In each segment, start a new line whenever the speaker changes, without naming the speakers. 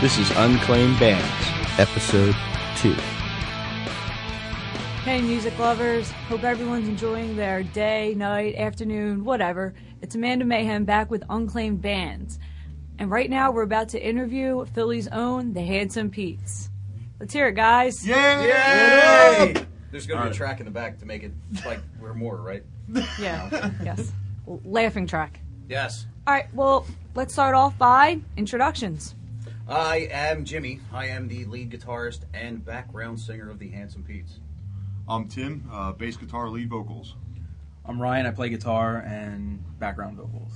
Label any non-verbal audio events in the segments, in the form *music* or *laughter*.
This is Unclaimed Bands, Episode 2.
Hey, music lovers. Hope everyone's enjoying their day, night, afternoon, whatever. It's Amanda Mayhem back with Unclaimed Bands. And right now, we're about to interview Philly's own The Handsome Pete's. Let's hear it, guys.
Yay!
There's gonna be a track in the back to make it like we're more, right?
Yeah, yes. L- laughing track.
Yes.
All right, well, let's start off by introductions.
I am Jimmy. I am the lead guitarist and background singer of the Handsome Pete's.
I'm Tim, uh, bass guitar, lead vocals.
I'm Ryan. I play guitar and background vocals.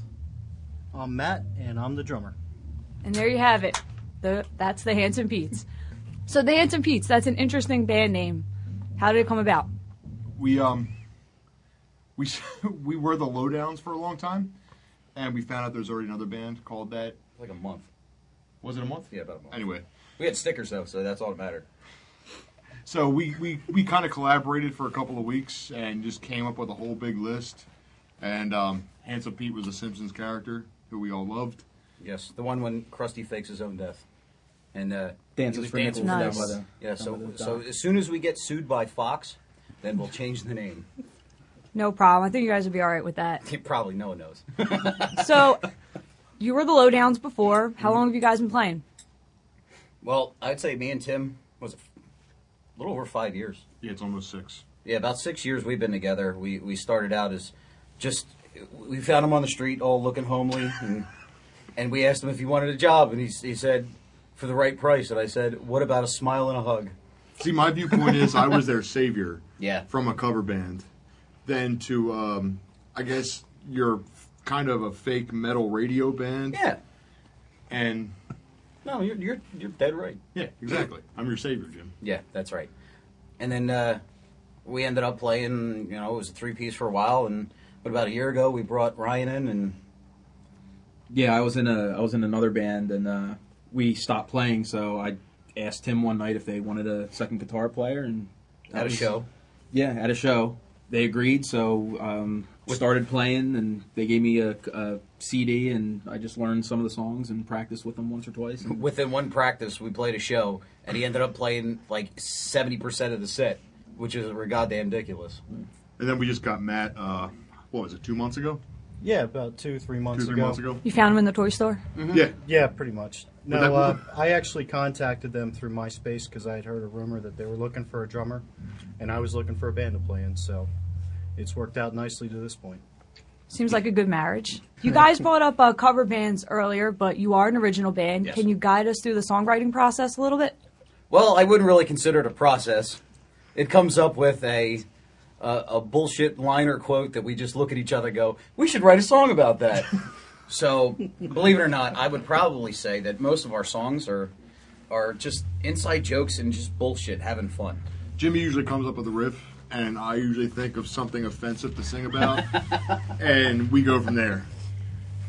I'm Matt, and I'm the drummer.
And there you have it. The, that's The Handsome Pete's. So, The Handsome Pete's, that's an interesting band name. How did it come about?
We um, we s- *laughs* we were the Lowdowns for a long time, and we found out there's already another band called that.
Like a month.
Was it a month?
Yeah, about a month.
Anyway,
We had stickers though, so that's all that mattered.
so we we, we kind of collaborated for a couple of weeks and just came up with a whole big list. And um, Handsome Pete was a Simpsons character who we all loved.
Yes, the one when Krusty fakes his own death. And uh
Dances
he was
for
dancing
nickels.
for
Nice.
them. Yeah, so
Somebody
so
died.
as soon as we get sued by Fox, then we'll change the name. *laughs*
No problem. I think you guys will be all right with that.
Probably no one knows.
So, you were the lowdowns before. How long have you guys been playing?
well, I'd say me and Tim was a little over five years.
Yeah, it's almost six.
Yeah, about six years we've been together. We we started out as just we found him on the street, all looking homely, and and we asked him if he wanted a job, and he s- he said for the right price, and I said, what about a smile and a hug?
See, my viewpoint is I was their savior.
Yeah.
From a cover band, then to um, I guess you're kind of a fake metal radio band.
Yeah,
And
no, you're you're you're dead right.
yeah, exactly. I'm your savior, Jim.
Yeah, that's right. And then uh, we ended up playing. You know, it was a three piece for a while, and but about a year ago we brought Ryan in, and
Yeah, I was in a I was in another band and uh, we stopped playing. So I asked Tim one night if they wanted a second guitar player and that
had a
was-
show.
Yeah, at a show. They agreed, so um, we started playing, and they gave me a, a CD, and I just learned some of the songs and practiced with them once or twice. And
within one practice, we played a show, and he ended up playing like seventy percent of the set, which is goddamn ridiculous.
And then we just got Matt. Uh, what was it? Two months ago?
Yeah, about two, three months
Two, three
ago.
months ago?
You found them in the toy store?
Yeah.
Yeah, pretty much. No,
that-
uh, I actually contacted them through MySpace because I had heard a rumor that they were looking for a drummer, and I was looking for a band to play in. So, it's worked out nicely to this point.
Seems like a good marriage. You guys brought up uh, cover bands earlier, but you are an original band.
Yes.
Can you guide us through the songwriting process a little bit?
Well, I wouldn't really consider it a process. It comes up with a a, a bullshit line or quote that we just look at each other and go, "We should write a song
*laughs*
about that." so, believe it or not, I would probably say that most of our songs are are just inside jokes and just bullshit, having fun.
Jimmy usually comes up with a riff, and I usually think of something offensive to sing *laughs* about, and we go from there.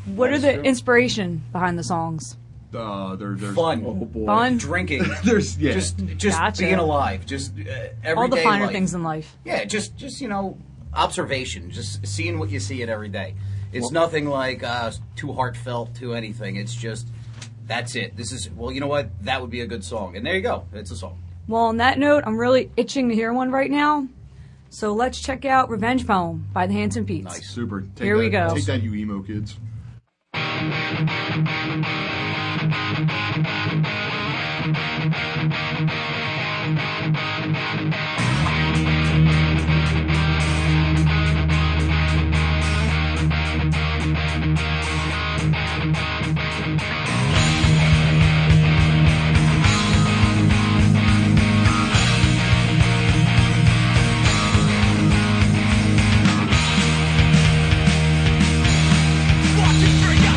What are the inspiration behind the songs?
Uh, there, there's
Fun.
Fun?
Drinking,
*laughs* There's yeah.
just just
Gotcha.
being alive, just uh, everyday
All the finer
life.
things in life.
Yeah, just just you know, observation, just seeing what you see it every day. It's nothing like uh, too heartfelt, too anything. It's just that's it. This is well, you know what? That would be a good song, and there you go. It's a song.
Well, on that note, I'm really itching to hear one right now. So let's check out Revenge Poem by the Handsome Pete's.
Nice.
super. Take
Here we
that-
go.
Take that, you emo kids.
One, two, three, go!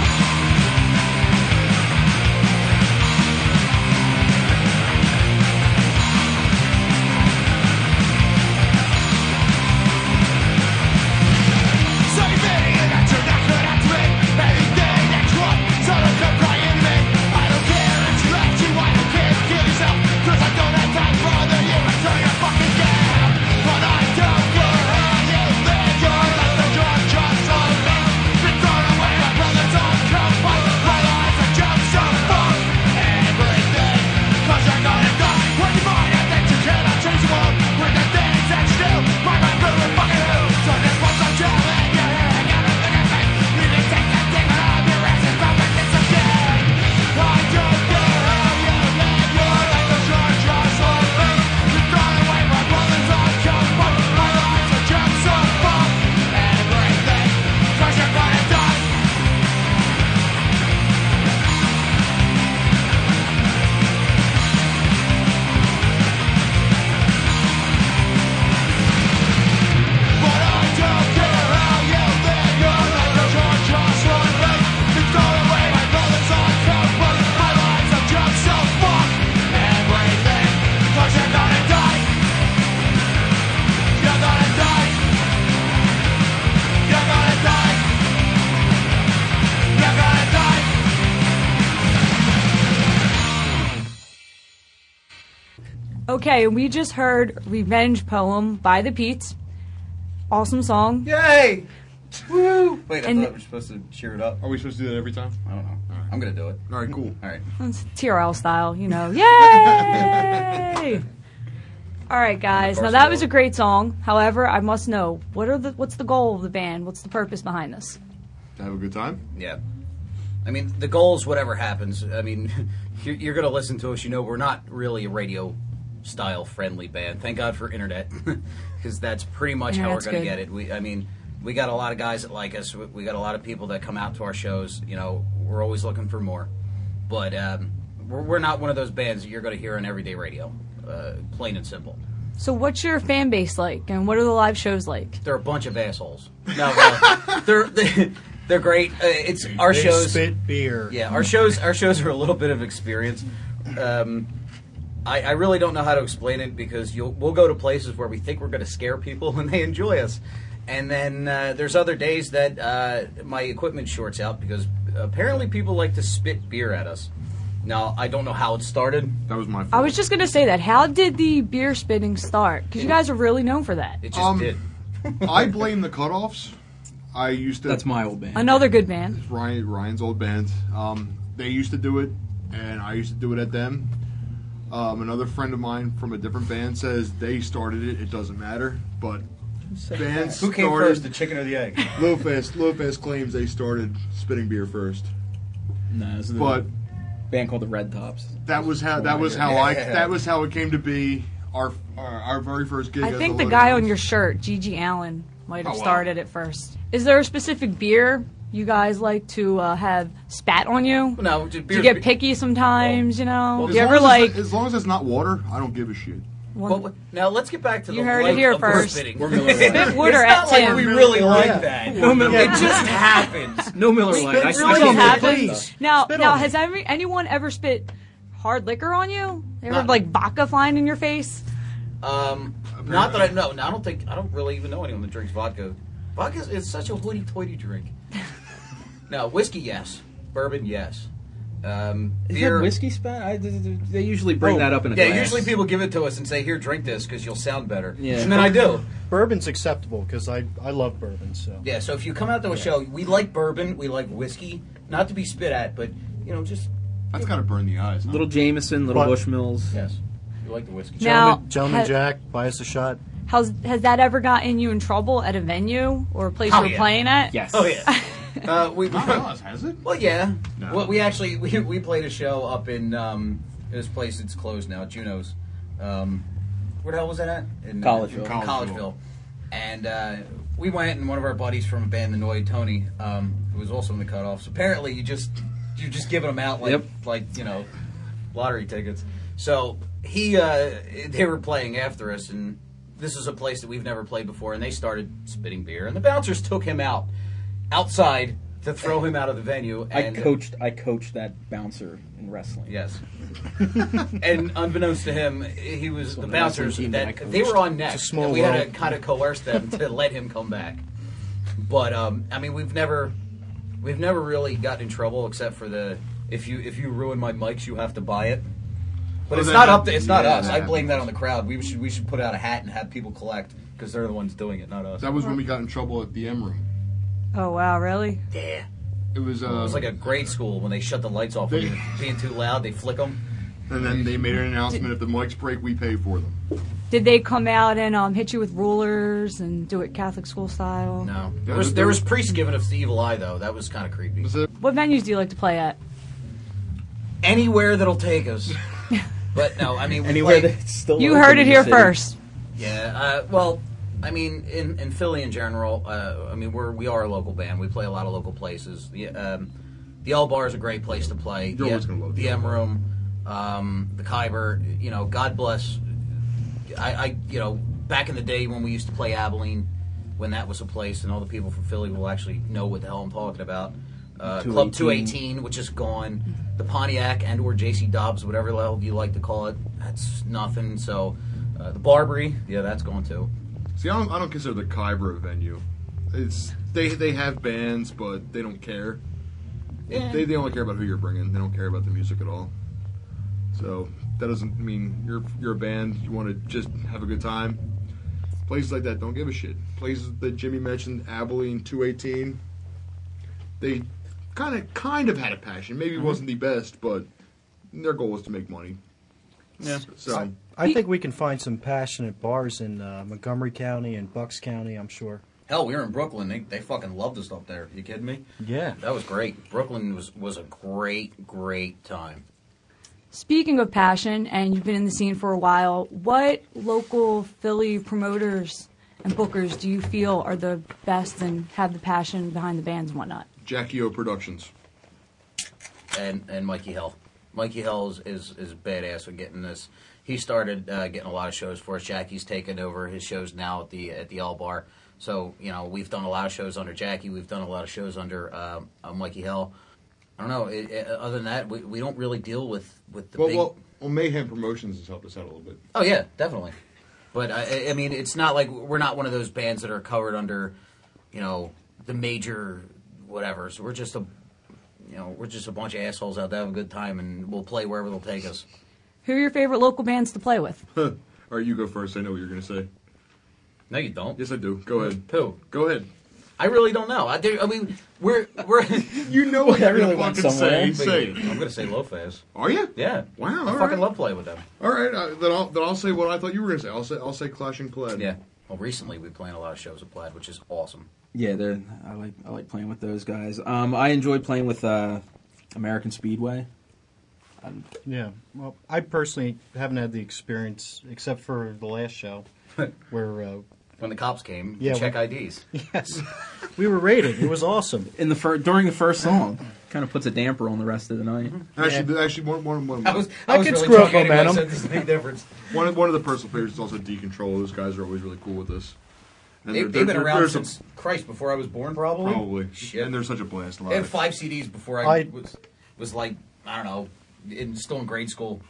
Okay, and we just heard Revenge Poem by the Peets. Awesome song.
Yay! Woo! Wait, I
And-
thought we were supposed to cheer it up.
Are we supposed to do that every time?
I don't know. I'm gonna do it.
All right, cool.
All right.
It's TRL style, you know. Yay! All right, guys. Now that was a great song. However, I must know what are the what's the goal of the band? What's the purpose behind this?
Have a good time.
Yeah. I mean, the goal is whatever happens. I mean, *laughs* you're, you're going to listen to us. You know, we're not really a radio style friendly band. Thank God for internet, *laughs* because that's pretty much how we're
Internet's
going to
good.
get it. We, I mean, we got a lot of guys that like us. We, we got a lot of people that come out to our shows. You know, we're always looking for more. But um, we're, we're not one of those bands that you're going to hear on everyday radio, uh, plain and simple.
So, what's your fan base like, and what are the live shows like?
They're a bunch of assholes. No, uh, *laughs* they're they're great. Uh, it's our
They
shows.
spit beer.
Yeah, our shows our shows are a little bit of experience. Um, I, I really don't know how to explain it because you'll, we'll go to places where we think we're going to scare people *laughs* and they enjoy us, and then uh, there's other days that uh, my equipment shorts out because apparently people like to spit beer at us. Now I don't know how it started.
That was my. Fault.
I was just gonna say that. How did the beer spitting start? Because you guys are really known for that.
It just
Um,
did.
I blame the cutoffs. I used to.
That's my old band.
Another good band.
Ryan Ryan's old band. Um, they used to do it, and I used to do it at them. Um, another friend of mine from a different band says they started it. It doesn't matter, but bands
Who came
started.
first, the chicken or the egg?
Lofest Lofest claims they started spitting beer first,
No, this is
but
a band called the Red Tops.
that was how that was how I that was how it came to be. Our our, our very first gig.
I
as
think
the
the guy
Lowdown.
on your shirt, Gigi Allen, might have
Oh, wow.
started it first. Is there a specific beer you guys like to uh, have spat on you?
No, just
Do
beer.
you get picky sometimes? you know,
As
you
long
ever
as
like?
it's- as long as it's not water, I don't give a shit.
one-
Well, now let's get back to
You
the
heard it
life
here
of beer
first.
spitting.
We're Miller Lite.
Spit water
it's
at
not like
Tim.
we really like
Yeah.
that.
No Miller
It
Lite.
just happens.
No Miller Lite. I, I
Spit
can't
really
do that
happens.
stuff.
Now,
Spit
now,
on
has
me.
every, anyone ever spit hard liquor on you? They ever
Not-
like vodka flying in your face?
Um, not that I know. No, I don't think I don't really even know anyone that drinks vodka. Vodka is, is such a
*laughs*
hoity-toity drink. no, whiskey, yes. Bourbon, yes. Um,
Is
beer,
that whiskey spat? I, th- th- they usually bring
Oh,
that up in a
Yeah,
glass.
usually people give it to us and say, "Here, drink this because you'll sound better."
Yeah.
And then I
*laughs*
do.
Bourbon's acceptable because I, I love bourbon. So
Yeah. So if you come out to a show, we like bourbon, we like whiskey, not to be spit at, but you know, just
That's gotta burn the eyes. huh?
Little Jameson, little
But-
Bushmills.
yes, you like the whiskey.
No. Now-
gentleman, gentleman
ha-
Jack, buy us a shot.
How's, has that ever gotten you in trouble at a venue or a place
Oh,
you were
yeah.
playing at?
Yes.
Oh
*laughs*
yeah. uh, we.
Not us, has it?
Well, yeah.
No.
Well, we actually *laughs* we, we played a show up in um, this place that's closed now, Juno's. Um, where the hell was that at? In uh,
Collegeville.
in Collegeville. And uh, we went, and one of our buddies from a band, the Noid, Tony, um, who was also in the cutoffs. Apparently, you just you're just giving them out like
Yep.
like you know lottery tickets. So he uh, they were playing after us, and this is a place that we've never played before, and they started spitting beer, and the bouncers took him out outside to throw him out of the venue.
I
And,
coached. I coached that bouncer in wrestling.
*laughs*
Yes. and unbeknownst to him, he was the
of the wrestling
bouncers
team that I
that
coached.
they were on next.
It's a small
and we had
world.
to kind of coerce them
*laughs*
to let him come back. But um, I mean, we've never we've never really gotten in trouble except for the if you if you ruin my mics, you have to buy it.
Oh,
But it's
that-
not up. To, it's not
yeah,
us.
that
I blame that on the crowd. We should we should put out a hat and have people collect because they're the ones doing it, not us.
That was when we got in trouble at the M room.
Oh, wow, really?
Yeah.
It was. Uh,
It was like a grade school when they shut the lights off. when
They-
you were being too loud, they flick them.
and then they made an announcement: if the mics break, we pay for them.
Did they come out and um, hit you with rulers and do it Catholic school style?
No. There
Yeah,
was
they-
there was priests giving us the evil eye though. That was kind of creepy.
Was it-
What venues do you like to play at?
Anywhere that'll take us. but no, I mean we
Anywhere
played-
that's still
You
open
heard
in
it
the
here
city.
first.
Yeah. Uh, well, I mean in, in Philly in general, uh, I mean we're we are a local band. We play a lot of local places. The um, the L Bar is a great place to play.
You're
the,
always gonna love
the
the
M Room, um, the Kyber. You know, God bless. I, I you know back in the day when we used to play Abilene, when that was a place, and all the people from Philly will actually know what the hell I'm talking about. Uh,
218.
Club 218, which is gone. The Pontiac and or JC Dobbs, whatever the hell you like to call it, that's nothing. So uh, the Barbary, yeah, that's gone too.
See, I don't, I don't consider the Kyber a venue. It's they they have bands, but they don't care. They, they only care about who you're bringing. They don't care about the music at all. So That doesn't mean you're you're a band. You want to just have a good time. Places like that don't give a shit. Places that Jimmy mentioned, Abilene, two eighteen. They kind of kind of had a passion. Maybe it wasn't the best, but their goal was to make money.
Yeah.
So
I think we can find some passionate bars in uh, Montgomery County and Bucks County. I'm sure.
Hell, we were in Brooklyn. They, they fucking loved us up there. You kidding me?
Yeah.
That was great. Brooklyn was, was a great, great time.
Speaking of passion, and you've been in the scene for a while, what local Philly promoters and bookers do you feel are the best and have the passion behind the bands and whatnot?
Jackie O Productions.
and and Mikey Hill. Mikey Hill is is, is badass with getting this. He started uh, getting a lot of shows for us. Jackie's taken over his shows now at the at the L Bar. So you know we've done a lot of shows under Jackie. We've done a lot of shows under um, uh, Mikey Hill. I don't know. It, it, other than that, we, we don't really deal with with the
Well,
big.
well, well, Mayhem Promotions has helped us out a little bit.
Oh yeah, definitely. But I, I- I mean, it's not like we're not one of those bands that are covered under, you know, the major whatever. So we're just a, you know, we're just a bunch of assholes out there having a good time, and we'll play wherever they'll take us.
Who are your favorite local bands to play with?
All right, you go first. I know what you're gonna say.
No, you don't.
Yes, I do. Go ahead.
Who?
Go ahead.
I really don't know. I, do- I mean, we're we're.
You know what
I
you're
really
gonna
went
fucking
somewhere.
say. Say. it.
I'm gonna say Lopez.
Are you?
Yeah.
Wow,
I
all
fucking
right.
love playing with them.
All right. Uh, then I'll then I'll say what I thought you were gonna say. I'll say I'll say Clash and Clad.
Yeah. Well, recently we've been playing a lot of shows at Plaid, which is awesome.
Yeah, they're I like I like playing with those guys. Um, I enjoy playing with uh, American Speedway.
Yeah. Well, I personally haven't had the experience except for the
*laughs*
last show, where uh,
When the cops came
Yeah,
to check
we-
IDs.
yes, we were raided. It was awesome.
In the fir- during the first song, kind of puts a damper on the rest of the night.
Mm-hmm.
Actually, actually, one one one
I was
I
I was
could
really
screw up
talking to
momentum.
myself. There's a big difference.
one, of- one of the personal favorites is also Decontrol. Those guys are always really cool with us. And
They,
they're-
have been
they're-
around
they're some-
since Christ before I was born, probably.
Oh.
probably,
Shit.
and they're such a blast
They had
live.
five CDs before I,
I-
was was like I don't know, in, still in grade school.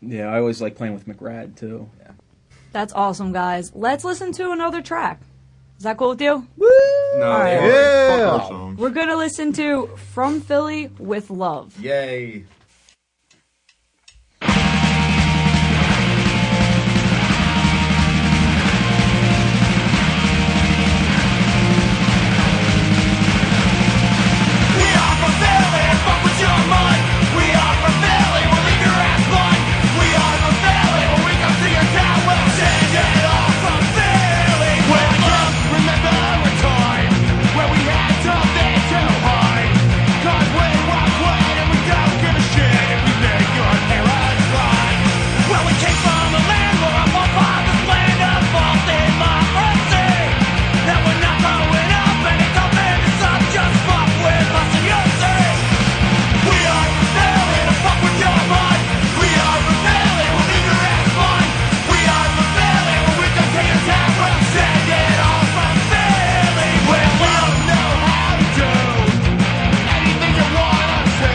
Yeah, I always like playing with McRad too.
That's awesome, guys. Let's listen to another track. Is that cool with you?
No,
All right.
they are. Fuck
Yeah.
our songs.
We're going to listen to From Philly with Love.
Yay!
We are from Philly, fuck with your mind. We are from Philly, we'll leave your ass blind. We are from Philly, when we come to your town, we'll send it all from Philly. When love, remember a time when we had something to hide. 'Cause we walk wide and we don't give a shit if we make your parents cry. Well, we came from a land where our forefathers planned a false democracy. Now we're not growing up and it's all been up just fuck with us and your sins. We are rebelling to fuck with your mind. We are rebelling, we'll leave your ass blind. We are rebelling, when we come to your town, we'll send it all from Philly. Well, we don't know how to do anything you want us to.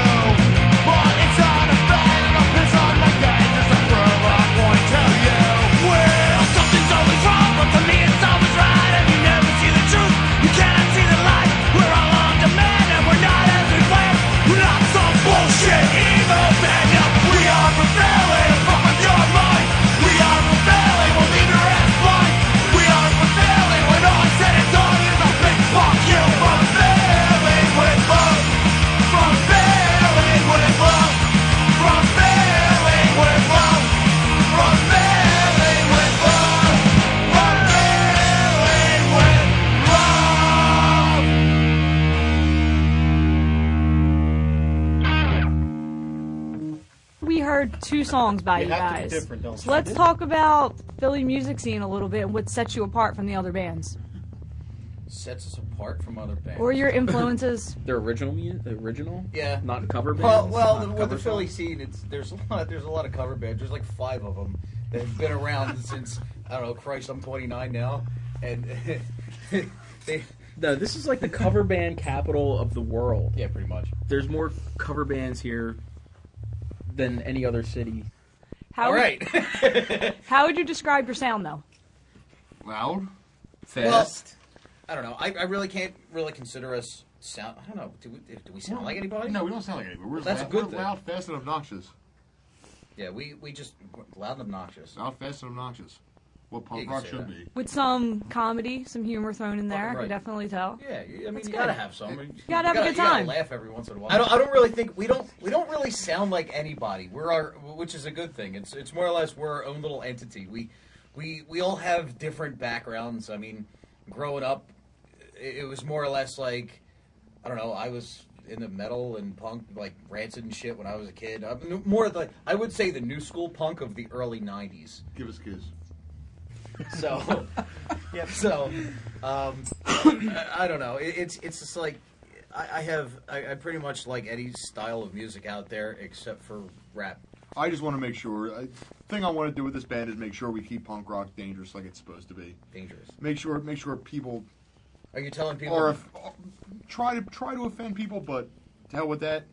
But it's not a fan and I'll piss on my dad. There's a proof I point to you. Well, something's always wrong, but for me it's always right. And you never see the truth, you cannot see the light. We're all on demand and we're not as we planned. We're not some bullshit evil man. No, we are rebelling. Fuck with your mind. We are rebelling. We'll leave your ass blind. We are rebelling. When all said and done, is a big fuck you. From failing with love. From failing with love. From failing with love. From failing with love. From failing with love.
We heard two songs by you,
You have to be
guys.
different, don't you?
Let's talk about Philly music scene a little bit and what sets you apart from the other bands
Sets us apart from other bands.
or your
*laughs*
influences.
Their original music, original.
Yeah.
not cover bands.
well,
not
well, with
cover
the Philly
songs.
scene, it's there's a lot there's a lot of cover bands. There's like five of them that have been around *laughs* since I don't know. Christ, I'm 29 now, and *laughs* they
No, this is like the cover band capital of the world.
yeah, pretty much.
There's more cover bands here than any other city.
How
All
would-
right. *laughs*
How would you describe your sound, though?
Loud.
Fast.
I don't know. I, I really can't really consider us sound. I don't know. Do we, do we sound like anybody?
No, we don't sound like anybody. We're
That's
loud,
a good
we're
thing.
loud, fast, and obnoxious.
Yeah, we, we just loud and obnoxious.
Not fast and obnoxious. What
You
punk
can
rock
say
should
that.
be.
With some comedy, some humor thrown in there. I
Right.
can definitely tell.
Yeah, you- I mean
That's
you
good.
gotta have some. You,
gotta have a good
you gotta
time.
laugh every once in a while.
I don't, I don't really think
we don't we don't really sound like anybody. We're our which is a good thing. It's it's more or less we're our own little entity. We we we all have different backgrounds. I mean, growing up, it, it was more or less like I don't know. I was into metal and punk, like rancid and shit when I was a kid. i more the I would say the new school punk of the early '90s.
Give us a kiss.
So, yeah. *laughs* So, um, I, I don't know. It, it's it's just like I, I have I, I pretty much like any style of music out there except for rap.
I just want to make sure. I, thing I want to do with this band is make sure we keep punk rock dangerous like it's supposed to be.
Dangerous.
Make sure, make sure people
Are you telling people?
or if, try to try to offend people, but to hell with that.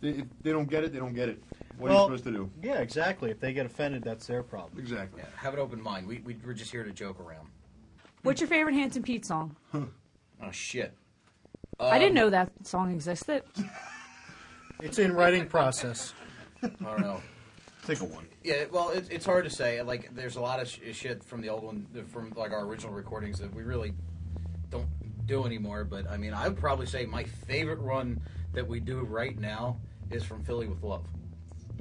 They, if they don't get it, they don't get it. What
Well-
are you supposed to do?
Yeah, exactly. If they get offended, that's their problem.
Exactly.
yeah, have an open mind. We, we we're just here to joke around.
What's your favorite Hanson Pete song?
Oh shit.
I didn't
Um,
know that song existed.
It's in writing process.
I don't know. *laughs*
Take a one.
Yeah, well, it's it's hard to say. Like, there's a lot of sh- shit from the old one, from like our original recordings that we really don't do anymore. But I mean, I would probably say my favorite one that we do right now is from Philly with Love.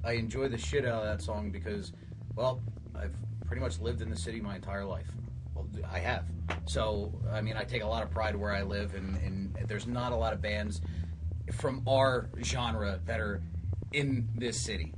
I enjoy the shit out of that song because, well, I've pretty much lived in the city my entire life. Well, I have. So, I mean, I take a lot of pride where I live, and, and there's not a lot of bands from our genre that are in this city.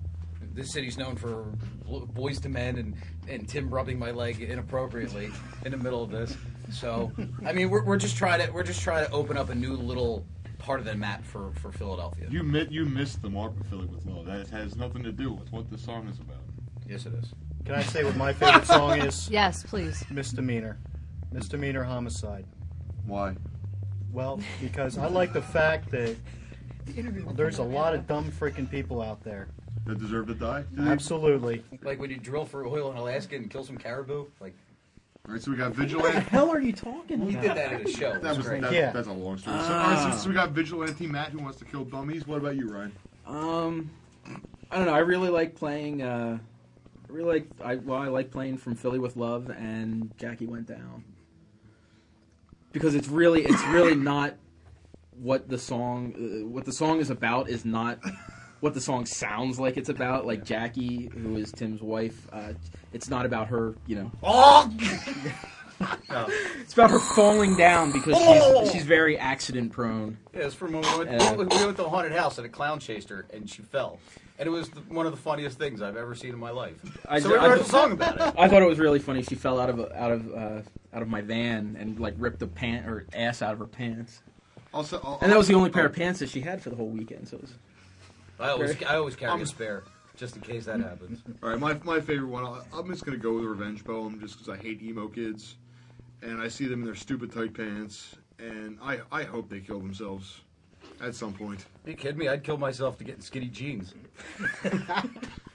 This city's known for boys to men and, and Tim rubbing my leg inappropriately in the middle of this. So, I mean, we're, we're just trying to we're just trying to open up a new little part of the map for, for Philadelphia.
You mi- you missed the mark with Philly with Love. That has nothing to do with what the song is about.
yes, it is.
Can I say what my favorite
*laughs*
song is?
Yes, please.
Misdemeanor. Misdemeanor homicide.
Why?
Well, because I like the fact that there's a lot of dumb freaking people out there.
That deserve to die? Do they?
Absolutely.
Like when you drill for oil in Alaska and kill some caribou. Like
Alright, so we got Vigilante.
hell are you talking
we did that at a show. It
That
was
was,
great.
that,
Yeah.
That's a long story. So, alright, so, so we got Vigilante Matt who wants to kill dummies. What about you, Ryan?
Um, I don't know. I really like playing. Uh, I really like. I well, I like playing from Philly with Love and Jackie Went Down because it's really it's really not what the song uh, what the song is about is not what the song sounds like it's about like jackie who is tim's wife uh, it's not about her you know it's about her falling down because she's, she's very accident prone
Yeah, it's from when we went,
Uh,
we went to the haunted house and a clown chased her and she fell. And it was the, one of the funniest things I've ever seen in my life.
I
so
ju-
we
I
wrote a
just-
song about it.
I thought it was really funny. She fell out of a- out of uh, out of my van and like ripped the pant or ass out of her pants.
Also, I'll,
And that was the only pair of pants that she had for the whole weekend. So it was, *laughs*
I always, I always carry
Um,
a spare just in case that happens.
All right, my, my favorite one. I- I'm just gonna go with Revenge Poem just because I hate emo kids, and I see them in their stupid tight pants, and I I hope they kill themselves at some point.
Are you kidding me? I'd kill myself to get in skinny jeans.
*laughs*
and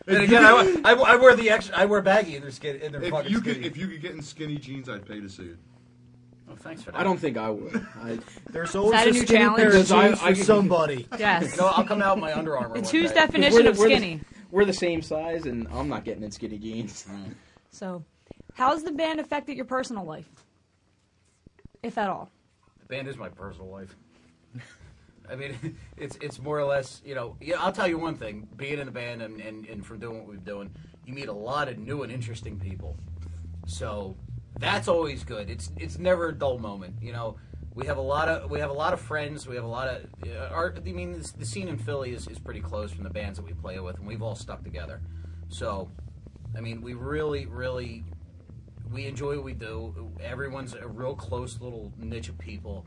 again, I, wa- I, wa- I wear the extra, I wear baggy and they're skinny. And they're
If
fucking
you
skinny.
could if you could get in skinny jeans, I'd pay to see it.
thanks for that.
I don't think I would. I,
There's always
that a
a,
new
skinny
challenge?
pair of
Because I-
jeans
I- *laughs*
for somebody.
Yes.
*laughs* No, I'll come out in my Under Armour.
It's
one
whose
day.
definition
the-
of
the-
skinny.
we're the same size, and I'm not getting in skinny jeans.
So, how's the band affected your personal life, if at all?
The band is my personal life. I mean, *laughs* it's it's more or less, you know. Yeah, I'll tell you one thing: being in the band and, and, and from doing what we've doing, you meet a lot of new and interesting people. So that's always good. It's it's never a dull moment, you know. We have a lot of we have a lot of friends. We have a lot of uh, our. I mean, this, the scene in Philly is, is pretty close from the bands that we play with, and we've all stuck together. So, I mean, we really, really we enjoy what we do. Everyone's a real close little niche of people,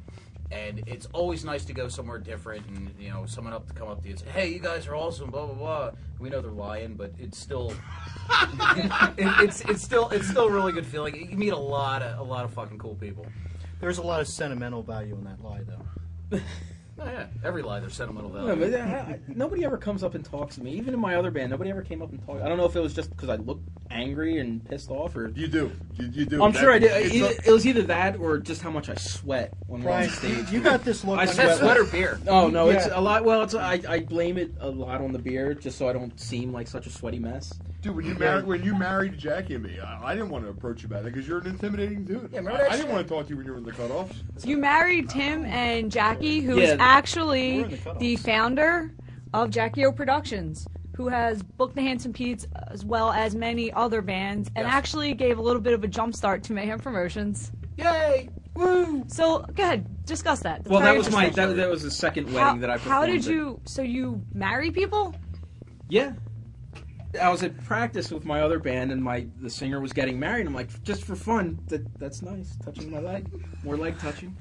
and it's always nice to go somewhere different. And you know, someone up to come up to you and say, "Hey, you guys are awesome!" Blah blah blah. We know they're lying, but it's still, it, it's it's still it's still a really good feeling. You meet a lot of a lot of fucking cool people.
There's a lot of sentimental value in that lie, though.
Oh, yeah, every lie there's sentimental
No, but
value.
I- I- nobody ever comes up and talks to me. Even in my other band, nobody ever came up and talked. I don't know if it was just because I looked angry and pissed off, or
You do. You, you do.
I'm
That-
sure I did.
it's
Either,
not-
it was either that or just how much I sweat when we're on
Brian,
stage.
you got this look.
I
on
Is
your
that
sweat-
face.
sweater beer?
Oh no, it's
Yeah.
a lot. Well, it's I, I blame it a lot on the beer, just so I don't seem like such a sweaty mess.
Dude, when you married when you married Jackie and me, I, I didn't want to approach you about it because you're an intimidating dude.
Yeah, remember
I,
that
I didn't
shit?
want to talk to you when you were in the cutoffs.
You married Tim and Jackie, who is
Yeah.
actually
We're in the cutoffs.
the founder of Jackie O Productions, who has booked the Handsome Pete's as well as many other bands, and
Yes.
actually gave a little bit of a jump start to Mayhem Promotions.
Yay! Woo!
So go ahead, discuss that. That's
Well, that
very
was my
interesting.
that, that was the second wedding
How,
that I.
how did
performed at.
you? So you marry people?
Yeah. I was at practice with my other band, and my the singer was getting married. I'm like, just for fun, that that's nice, touching my leg, more leg touching.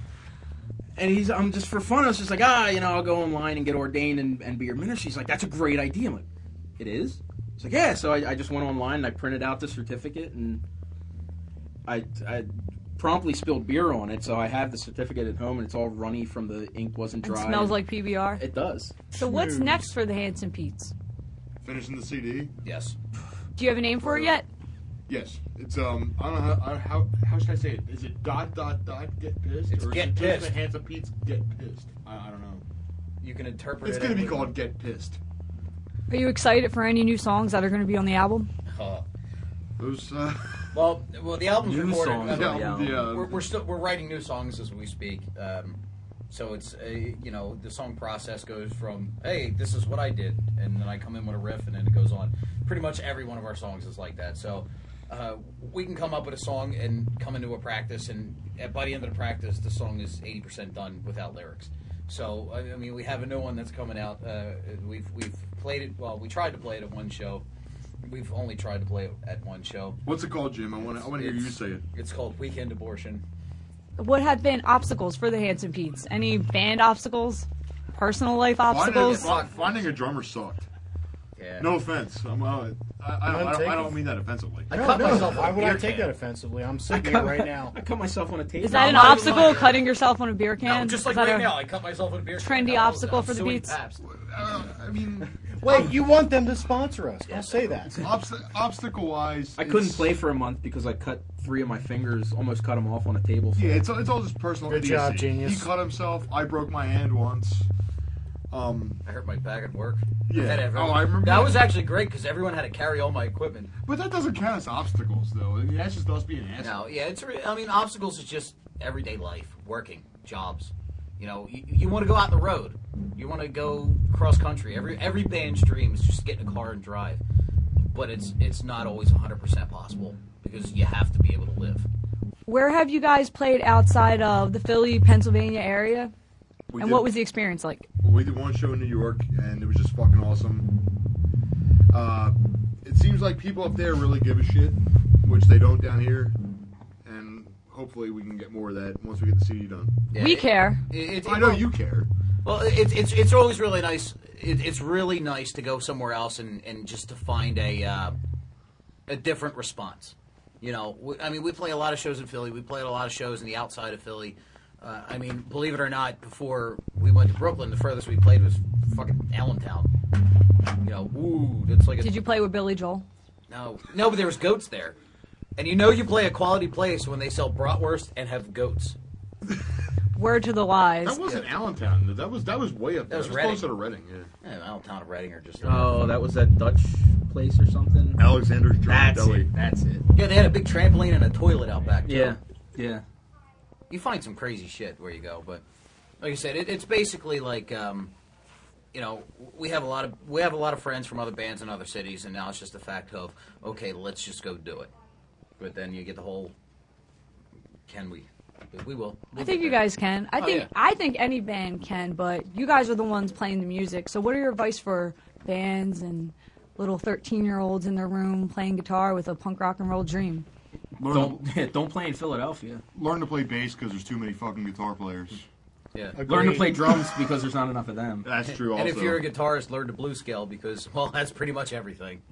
And he's, I'm just for fun. I was just like, ah, you know, I'll go online and get ordained and, and be your minister. She's like, that's a great idea. I'm like, it is. It's like, yeah. So I, I just went online and I printed out the certificate, and I I promptly spilled beer on it. So I have the certificate at home, and it's all runny from the ink wasn't
It
dry.
smells like PBR.
it does.
So what's next for the Handsome Pete's?
Finishing the CD.
Yes.
Do you have a name for it yet?
Yes, it's um. I don't know how I- how how should I say it? Is it dot dot dot get pissed?
It's
or is
Get
it
Pissed.
Just the hands of Pete's get pissed. I, I don't know.
You can interpret
It's
it
gonna
any
be
way
called get pissed.
Are you excited for any new songs that are going to be on the album?
you want. Uh,
Those
*laughs*
uh, *laughs*
Well, well, the album's
New
recorded.
songs
I mean,
on the
yeah,
album.
the, uh,
Oh, we're, we're still we're writing new songs as we speak. Um, so it's uh you know the song process goes from hey this is what I did and then I come in with a riff and then it goes on. Pretty much every one of our songs is like that. So uh, we can come up with a song and come into a practice and at, by the end of the practice the song is eighty percent done without lyrics. So I I mean we have a new one that's coming out. Uh, we've we've played it well we tried to play it at one show. We've only tried to play it at one show.
what's it called, Jim? I want to I want to hear you
It's-
say it.
It's called Weekend Abortion.
What have been obstacles for the Handsome Pete's? Any band obstacles? Personal life
Finding,
obstacles?
fi- finding a drummer sucked.
Yeah.
No offense. I'm, uh, I, I, don't, I, don't, I don't mean that offensively.
I
No,
cut
no,
myself.
Why
with a
would I
beer
take
can.
that offensively? I'm sitting here right now.
I cut myself on a tape.
Is that an
not
obstacle,
lying.
cutting yourself on a beer can?
No, just
Is
like
that
right
a-
now, I cut myself with a beer.
trendy
can. I'll-
obstacle
I'll
for the
sue
Beats?
Pabst.
Uh, I mean,
Wait, you want them to sponsor us? Don't say that.
obst- obstacle wise,
I couldn't play for a month because I cut three of my fingers, almost cut them off on a table.
Yeah, it's, it's all just personal.
Good
idiocy.
job, genius.
He cut himself. I broke my hand once. Um,
I hurt my back at work.
Yeah.
Had everyone-
Oh, I remember
That
that.
was actually great because everyone had to carry all my equipment.
but that doesn't count as obstacles, though. I mean, that's just us being assholes.
No, yeah, it's. Re- I mean, obstacles is just everyday life, working, jobs. You know, you, you want to go out the road. You want to go cross country. Every every band's dream is just get in a car and drive, but it's it's not always 100 percent possible because you have to be able to live.
Where have you guys played outside of the Philly, Pennsylvania area?
We
And
did-
what was the experience like?
We did one show in New York, and it was just fucking awesome. Uh, it seems like people up there really give a shit, which they don't down here. And hopefully, we can get more of that once we get the CD done.
we
Yeah, it-
care.
it- it-
I know you care.
Well, it's it's it's always really nice. It, it's really nice to go somewhere else and, and just to find a uh, a different response. You know, we, I mean, we play a lot of shows in Philly. We played a lot of shows in the outside of Philly. Uh, I mean, believe it or not, before we went to Brooklyn, the furthest we played was fucking Allentown. You know, ooh, that's like a
Did you play with Billy Joel?
no, no, but there was goats there, and you know you play a quality place when they sell bratwurst and have goats.
Word to the wise.
That wasn't Allentown. That was that was way up there.
was
it was
Reading.
closer to Reading. Yeah.
Eh, Allentown of Reading or just
Oh, that was that Dutch place or something.
Alexander's German
That's
Deli.
it. That's it.
yeah, they had a big trampoline and a toilet out back. too.
Yeah, yeah.
you find some crazy shit where you go, but like I said, it, it's basically like um, you know we have a lot of we have a lot of friends from other bands in other cities, and now it's just a fact of okay, let's just go do it. But then you get the whole can we? But we will.
I
We'll
think
get
you
there.
guys can. I
Oh,
think
yeah.
I think any band can, but you guys are the ones playing the music. So what are your advice for bands and little 13-year-olds in their room playing guitar with a punk rock and roll dream?
Learn,
Don't yeah, don't *laughs* play in Philadelphia.
learn to play bass because there's too many fucking guitar players.
Yeah.
Learn to play *laughs* drums because there's not enough of them.
That's true. Also,
And if you're a guitarist, learn the blues scale because *laughs* well, that's pretty much everything.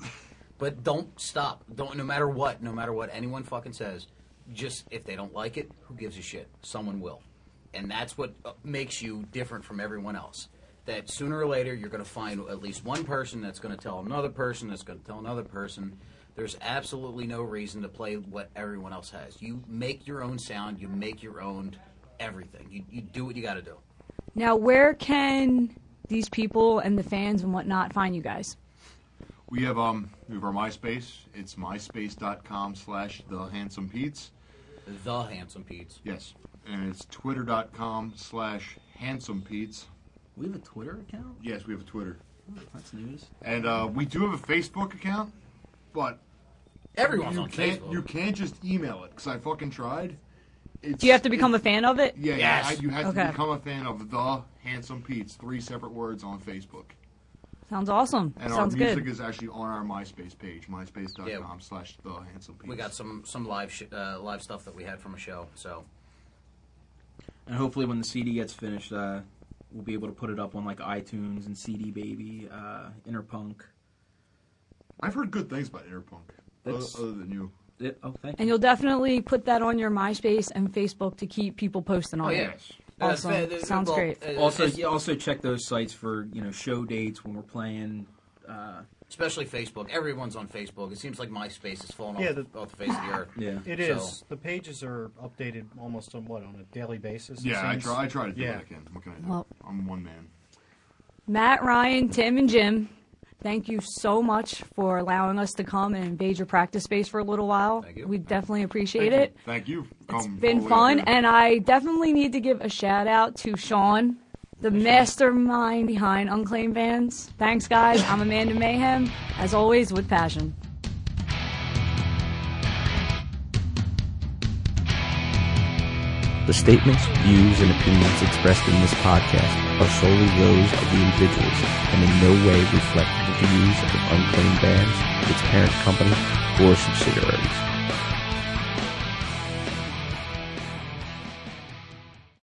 But don't stop. Don't no matter what, no matter what anyone fucking says. Just if they don't like it, who gives a shit? Someone will. and that's what uh, makes you different from everyone else. That sooner or later you're going to find at least one person that's going to tell another person that's going to tell another person. There's absolutely no reason to play what everyone else has. You make your own sound. You make your own everything. You, you do what you got to do.
Now, where can these people and the fans and whatnot find you guys?
We have um we have our MySpace. It's myspace.com slash the handsome Pete's.
The handsome Pete's.
Yes. And it's twitter.com slash handsome Pete's.
We have a Twitter account. Oh,
Yes, we have a Twitter.
That's news.
And uh, we do have a Facebook account, but
Everyone's
you
on
can't
Facebook.
you can't just email it because I fucking tried. It's,
Do you have to become a fan of it?
Yeah,
Yes.
yeah, I- you have
Okay.
to become a fan of the Handsome Pete's. Three separate words on Facebook,
Sounds awesome.
and
Sounds
our music
good.
is actually on our MySpace page, myspace.com
Yeah.
slash the Handsome Pete's.
We got some some live sh- uh, live stuff that we had from a show. So
And hopefully, when the CD gets finished, uh, we'll be able to put it up on like iTunes and CD Baby, uh, Interpunk.
I've heard good things about Interpunk, other,
That's-
other than you.
It, oh, thank you.
and you'll definitely put that on your MySpace and Facebook to keep people posting on
Oh,
it. Awesome.
Uh, th-
Sounds
well,
great.
uh,
also, yeah, also check those sites for you know show dates when we're playing. Uh,
especially Facebook. Everyone's on Facebook. It seems like MySpace is falling
Yeah,
off,
the-
off the face of the earth.
yeah.
*laughs* It
So-
is. The pages are updated almost on what on a daily basis. it
Yeah, I
seems?
try. I try to do
Yeah.
what I can. What can I do?
Well-
I'm one man.
Matt, Ryan, Tim, and Jim, thank you so much for allowing us to come and invade your practice space for a little while.
Thank you.
We definitely appreciate it.
Thank you.
It's
Come all
been
the way
fun,
up here.
and I definitely need to give a shout out to Sean, the mastermind behind Unclaimed Bands. Thanks, guys. I'm Amanda Mayhem, as always, with passion.
The statements, views, and opinions expressed in this podcast are solely those of the individuals and in no way reflect the views of Unclaimed Bands, its parent company, or subsidiaries.